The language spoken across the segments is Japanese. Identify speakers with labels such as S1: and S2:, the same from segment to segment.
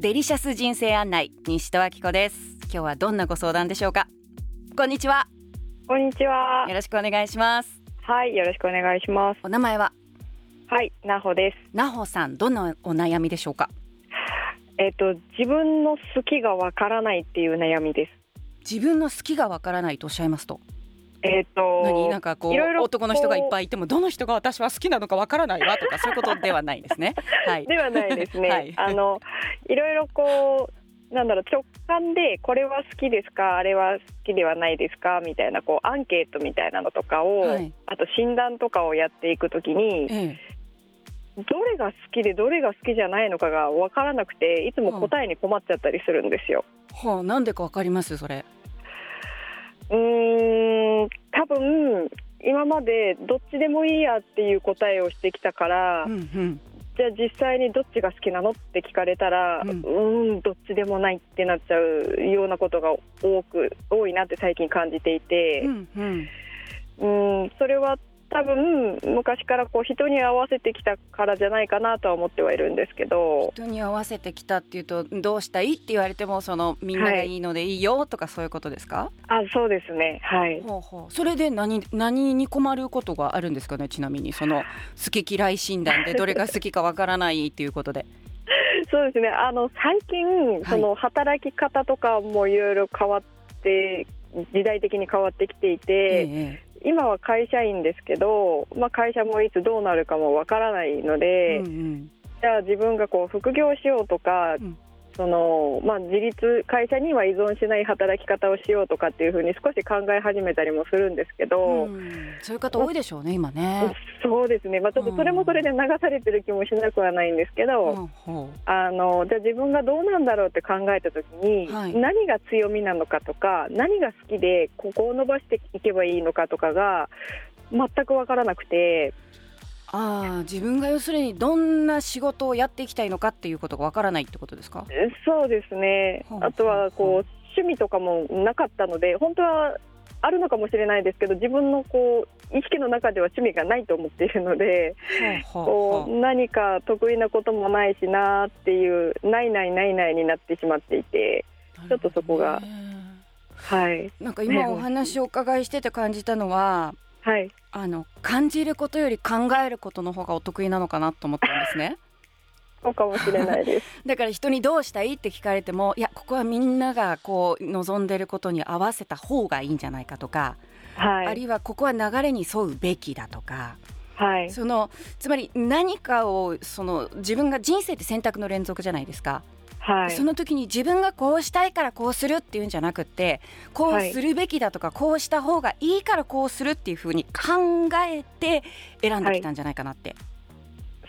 S1: デリシャス人生案内西戸明子です今日はどんなご相談でしょうかこんにちは
S2: こんにちは
S1: よ。ろしくお願いします
S2: はい、よろしくお願いします。
S1: お名前は
S2: はい、なほです。
S1: なほさんどんなお悩みでしょうか
S2: えっ、と自分の好きがわからないっていう悩みです。
S1: 自分の好きがわからないとおっしゃいますと
S2: えっ、
S1: 何な
S2: と
S1: んかこう
S2: いろいろこう
S1: 男の人がいっぱいいてもどの人が私は好きなのかわからないわとかそういうことではないですねはい
S2: ではないですね。
S1: はい
S2: あのいろいろこうなんだろう直感でこれは好きですかあれは好きではないですかみたいなこうアンケートみたいなのとかを、
S1: はい
S2: あと診断とかをやっていくときに
S1: ええ
S2: どれが好きでどれが好きじゃないのかがわからなくていつも答えに困っちゃったりするんですよ。
S1: はあなんでかわかりますそれ
S2: うーん多分今までどっちでもいいやっていう答えをしてきたから、
S1: うんうん
S2: じゃあ実際にどっちが好きなのって聞かれたら、
S1: う
S2: うんん、んどっちでもないってなっちゃうようなことが多く多いなって最近感じていて
S1: う、んうん
S2: うん、それは多分昔からこう人に合わせてきたからじゃないかなとは思ってはいるんですけど
S1: 人に合わせてきたっていうとどうしたいって言われてもそのみんながいいのでいいよとかそういうことですか、
S2: あそうですねはい
S1: ほうほうそれで何何に困ることがあるんですかねちなみにその好き嫌い診断でどれが好きかわからないっていうことで
S2: そうですね。あの最近、
S1: い
S2: その働き方とかもいろいろ変わって時代的に変わってきていて、
S1: え
S2: 今は会社員ですけど、まあ会社もいつどうなるかもわからないの
S1: え
S2: で、
S1: うんうん
S2: じゃあ自分がこう副業しようとか。
S1: うん
S2: そのまあ、自立会社には依存しない働き方をしようとかっていうふうに少し考え始めたりもするんですけど、
S1: うんそういう方多いでしょうね今ね、
S2: そうですね、まあ、ちょっとそれもそれで流されてる気もしなくはないんですけど、
S1: うんほう
S2: あのじゃあ自分がどうなんだろうって考えた時に、
S1: はい
S2: 何が強みなのかとか何が好きでここを伸ばしていけばいいのかとかが全く分からなくて
S1: ああ自分が要するにどんな仕事をやっていきたいのかっていうことがわからないってことですか
S2: えそうですね
S1: ほう
S2: あと
S1: ほ
S2: は
S1: うほ
S2: こう趣味とかもなかったので本当はあるのかもしれないですけど自分のこう意識の中では趣味がないと思っているので
S1: ほうほう
S2: こ
S1: ほう
S2: う何か得意なこともないしなーっていうないないないないになってしまっていてちょっとそこ
S1: な
S2: が
S1: るほどね
S2: はい
S1: なんか今お話をお伺いしてて感じたのは
S2: はい
S1: あの感じることより考えることの方がお得意なのかなと思ったんですね
S2: そうかもしれないです。
S1: だから人にどうしたいって聞かれてもいやここはみんながこう望んでることに合わせた方がいいんじゃないかとか、
S2: はい、
S1: あるいはここは流れに沿うべきだとか、
S2: はい、
S1: そのつまり何かをその自分が人生って選択の連続じゃないですか、
S2: はい、
S1: その時に自分がこうしたいからこうするっていうんじゃなくってこうするべきだとか、こうした方がいいからこうするっていうふうに考えて選んできたんじゃないかなって。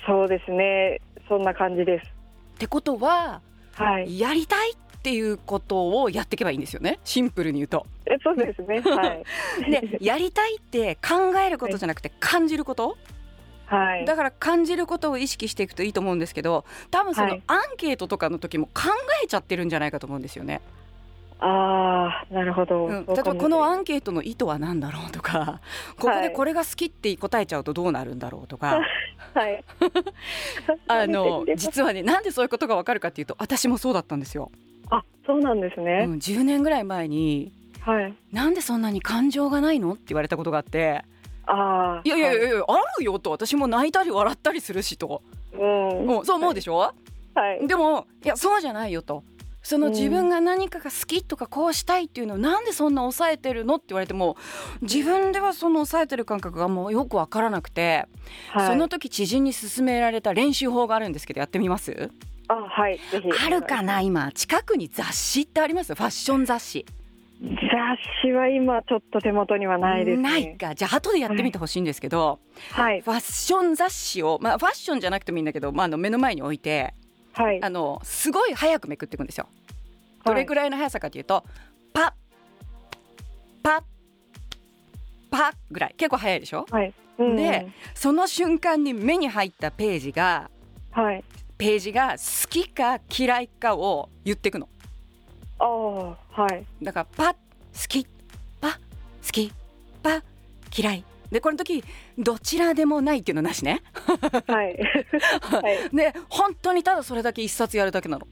S2: そうですね。そんな感じです。
S1: ってことは、
S2: はい、
S1: やりたいっていうことをやっていけばいいんですよねシンプルに言うと。
S2: え、そうですね。はい、
S1: でやりたいって考えることじゃなくて感じること、
S2: はい、
S1: だから感じることを意識していくといいと思うんですけど多分そ
S2: は
S1: の
S2: い
S1: アンケートとかの時も考えちゃってるんじゃないかと思うんですよね。
S2: ああ、なるほど。
S1: うん、
S2: そ
S1: 例
S2: う
S1: え
S2: か
S1: ば
S2: も
S1: このアンケートの意図は何だろうとかここでこれが好きって答えちゃうとどうなるんだろうと か、
S2: はい、
S1: あの
S2: 出てき て
S1: 実はねなんでそういうことがわかるかっていうと私もそうだったんですよ。
S2: あ、そうなんです
S1: うん
S2: ね。、
S1: 10年ぐらい前に
S2: はい、
S1: なんでそんなに感情がないのって言われたことがあって
S2: ああ、
S1: いやいやい
S2: は
S1: やいや、あるよと私も泣いたり笑ったりするしと、
S2: うん、
S1: うん、そう思うでしょ、
S2: はい、
S1: でもいやそうじゃないよとその
S2: うん
S1: 自分が何かが好きとかこうしたいっていうのをなんでそんな抑えてるのって言われても自分ではその抑えてる感覚がもうよくわからなくて、
S2: はい、
S1: その時知人に勧められた練習法があるんですけどやってみます
S2: あ、はい、ぜひ。
S1: あるか。な今近くに雑誌ってありますファッション雑誌
S2: 雑誌は今ちょっと手元にはないです、ね。
S1: かじゃあ後でやってみてほしいんですけど、
S2: はい、
S1: ファッション雑誌を、まあ、ファッションじゃなくてもいいんだけど、まあ、あの目の前に置いて
S2: はい、
S1: あのすごい早くめくっていくんですよ。どれくらいの速さかというと、パッパッパッぐらい結構早いでしょ
S2: はい、はい、うん
S1: で、その瞬間に目に入ったページが
S2: はい、
S1: ページが好きか嫌いかを言っていくの。
S2: ああ、はい、
S1: だからパッ好きパッ好きパッ嫌いでこの時どちらでもないっていうのなしね。
S2: はい、はい、
S1: で本当にただそれだけ一冊やるだけなの。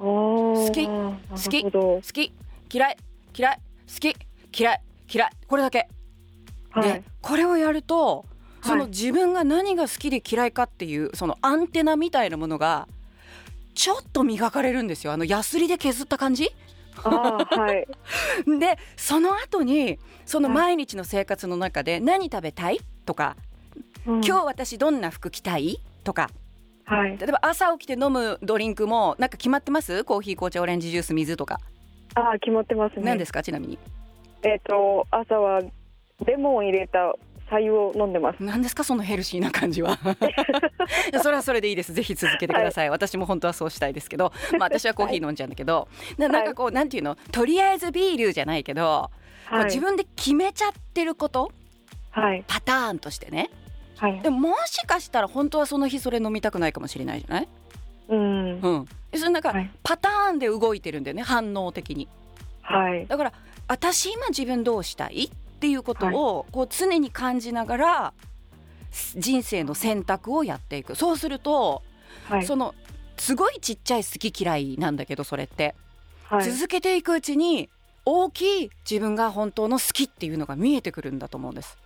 S2: 好
S1: き
S2: 好
S1: 好き好き嫌い嫌い好き嫌い嫌いこれだけ、
S2: は
S1: で
S2: い、
S1: これをやるとその
S2: はい
S1: 自分が何が好きで嫌いかっていうそのアンテナみたいなものがちょっと磨かれるんですよあのヤスリで削った感じ
S2: あー はい
S1: でその後にその毎日の生活の中で何食べたいとか、
S2: 今
S1: 今日私どんな服着たいとか
S2: はい
S1: 例えば朝起きて飲むドリンクもなんか決まってますコーヒー紅茶オレンジジュース水とか、
S2: あー決まってますね
S1: 何ですかちなみに
S2: えっ、と朝はレモン入れた白湯を飲んでます
S1: 何ですかそのヘルシーな感 じはいやそれはそれでいいですぜひ続けてください、私も本当はそうしたいですけど、まあ、私はコーヒー飲んじゃうんだけど、ななんかこうなんていうのとりあえずビールじゃないけど、こう
S2: はい
S1: 自分で決めちゃってること
S2: はい
S1: パターンとしてね
S2: はい
S1: でももしかしたら本当はその日それ飲みたくないかもしれないじゃない、
S2: うん
S1: うん、でそれなんか
S2: はい
S1: パターンで動いてるんだよね反応的に
S2: はい
S1: だから私今自分どうしたいっていうことをこう常に感じながらす人生の選択をやっていくそうすると、
S2: はい
S1: そのすごいちっちゃい好き嫌いなんだけどそれって、
S2: はい
S1: 続けていくうちに大きい自分が本当の好きっていうのが見えてくるんだと思うんです。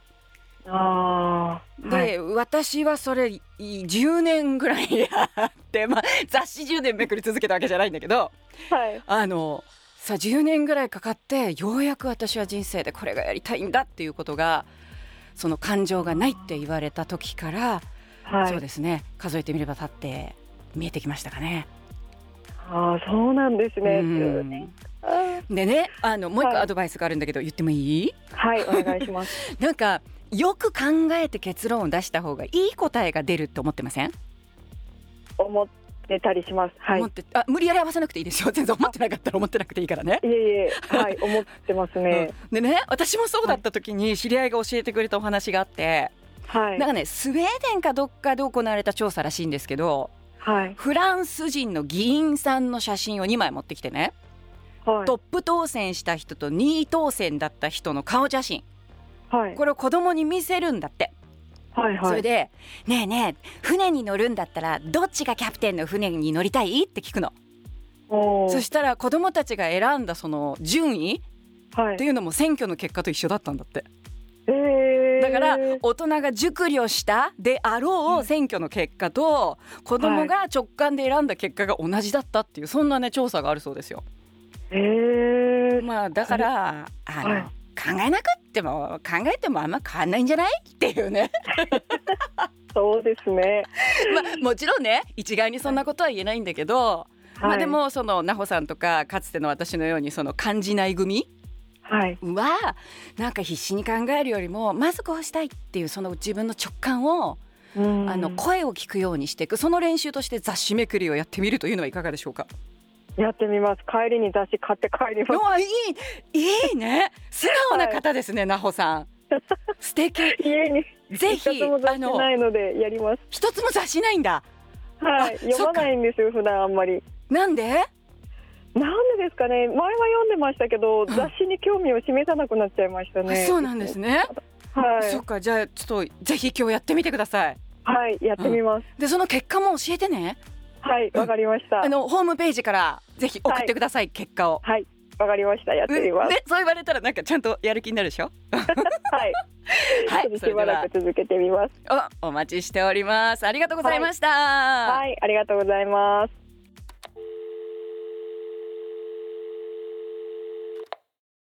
S2: あー
S1: で、
S2: はい
S1: 私はそれい10年ぐらいやって、まあ、雑誌10年めくり続けたわけじゃないんだけど
S2: はい
S1: あのさ10年ぐらいかかってようやく私は人生でこれがやりたいんだっていうことがその感情がないって言われた時から、
S2: はい
S1: そうですね数えてみれば経って見えてきましたかね。
S2: ああそうなんですね
S1: うん
S2: あー
S1: でねあのもう一個
S2: はい
S1: アドバイスがあるんだけど、言ってもいい
S2: はいお願いし ます
S1: なんかよく考えて結論を出した方がいい答えが出るって思ってません
S2: 思ってたりしますはい
S1: 思ってあ無理やり合わせなくていいですよ全然思ってなかったら思ってなくていいからね
S2: い。えいえはい思ってますね
S1: うんでね私もそうだった時に知り合いが教えてくれたお話があって、
S2: はい
S1: なんかねスウェーデンかどっかで行われた調査らしいんですけど
S2: はい
S1: フランス人の議員さんの写真を2枚持ってきてね、
S2: はい
S1: トップ当選した人と2位当選だった人の顔写真
S2: はい
S1: これを子供に見せるんだって、
S2: はい
S1: そ
S2: は
S1: れ
S2: い
S1: で「ねえねえ船に乗るんだったらどっちがキャプテンの船に乗りたい?」って聞くの
S2: おー
S1: そしたら子供たちが選んだその順位
S2: は
S1: って
S2: い
S1: いうのも選挙の結果と一緒だったんだって
S2: えー
S1: だから大人が熟慮したであろう選挙の結果と子供が直感で選んだ結果が同じだったっていうそんなね調査があるそうですよ。
S2: えー
S1: まあだからあの、
S2: はい
S1: 考えなくっても考えてもあんま変わんないんじゃないっていうね、
S2: そうですね
S1: まあ、もちろんね一概にそんなことは言えないんだけど、ま
S2: は
S1: あ
S2: い
S1: でもその奈穂さんとかかつての私のようにその感じない組
S2: はい
S1: はなんか必死に考えるよりもまずこうしたいっていうその自分の直感を
S2: うん
S1: あの声を聞くようにしていくその練習として雑誌めくりをやってみるというのはいかがでしょうか。
S2: やってみます帰りに雑誌買って帰ります
S1: わいいいいね素直な方ですね、なほさん。素敵
S2: 家に
S1: ぜひ
S2: 一冊も雑誌
S1: あの
S2: ないのでやります
S1: 一つも雑誌ないんだ。
S2: はい
S1: あ
S2: 読まないんですよ普段あんまり
S1: なんで
S2: なんでですかね前は読んでましたけど
S1: ん
S2: 雑誌に興味を示さなくなっちゃいましたね
S1: あそうなんですね。
S2: はい
S1: そっかじゃあちょっとぜひ今日やってみてください。
S2: はいやってみます、
S1: でその結果も教えてね。
S2: はいわかりました
S1: あのホームページからぜひ送ってください、結果を。
S2: はいわかりましたやってみます、
S1: ねそう言われたらなんかちゃんとやる気になるでしょ。
S2: はい
S1: は
S2: ちょっ
S1: いそ
S2: とし
S1: れで
S2: ばら
S1: は
S2: く続けてみます
S1: おお待ちしております。ありがとうございました。
S2: はいありがとうございます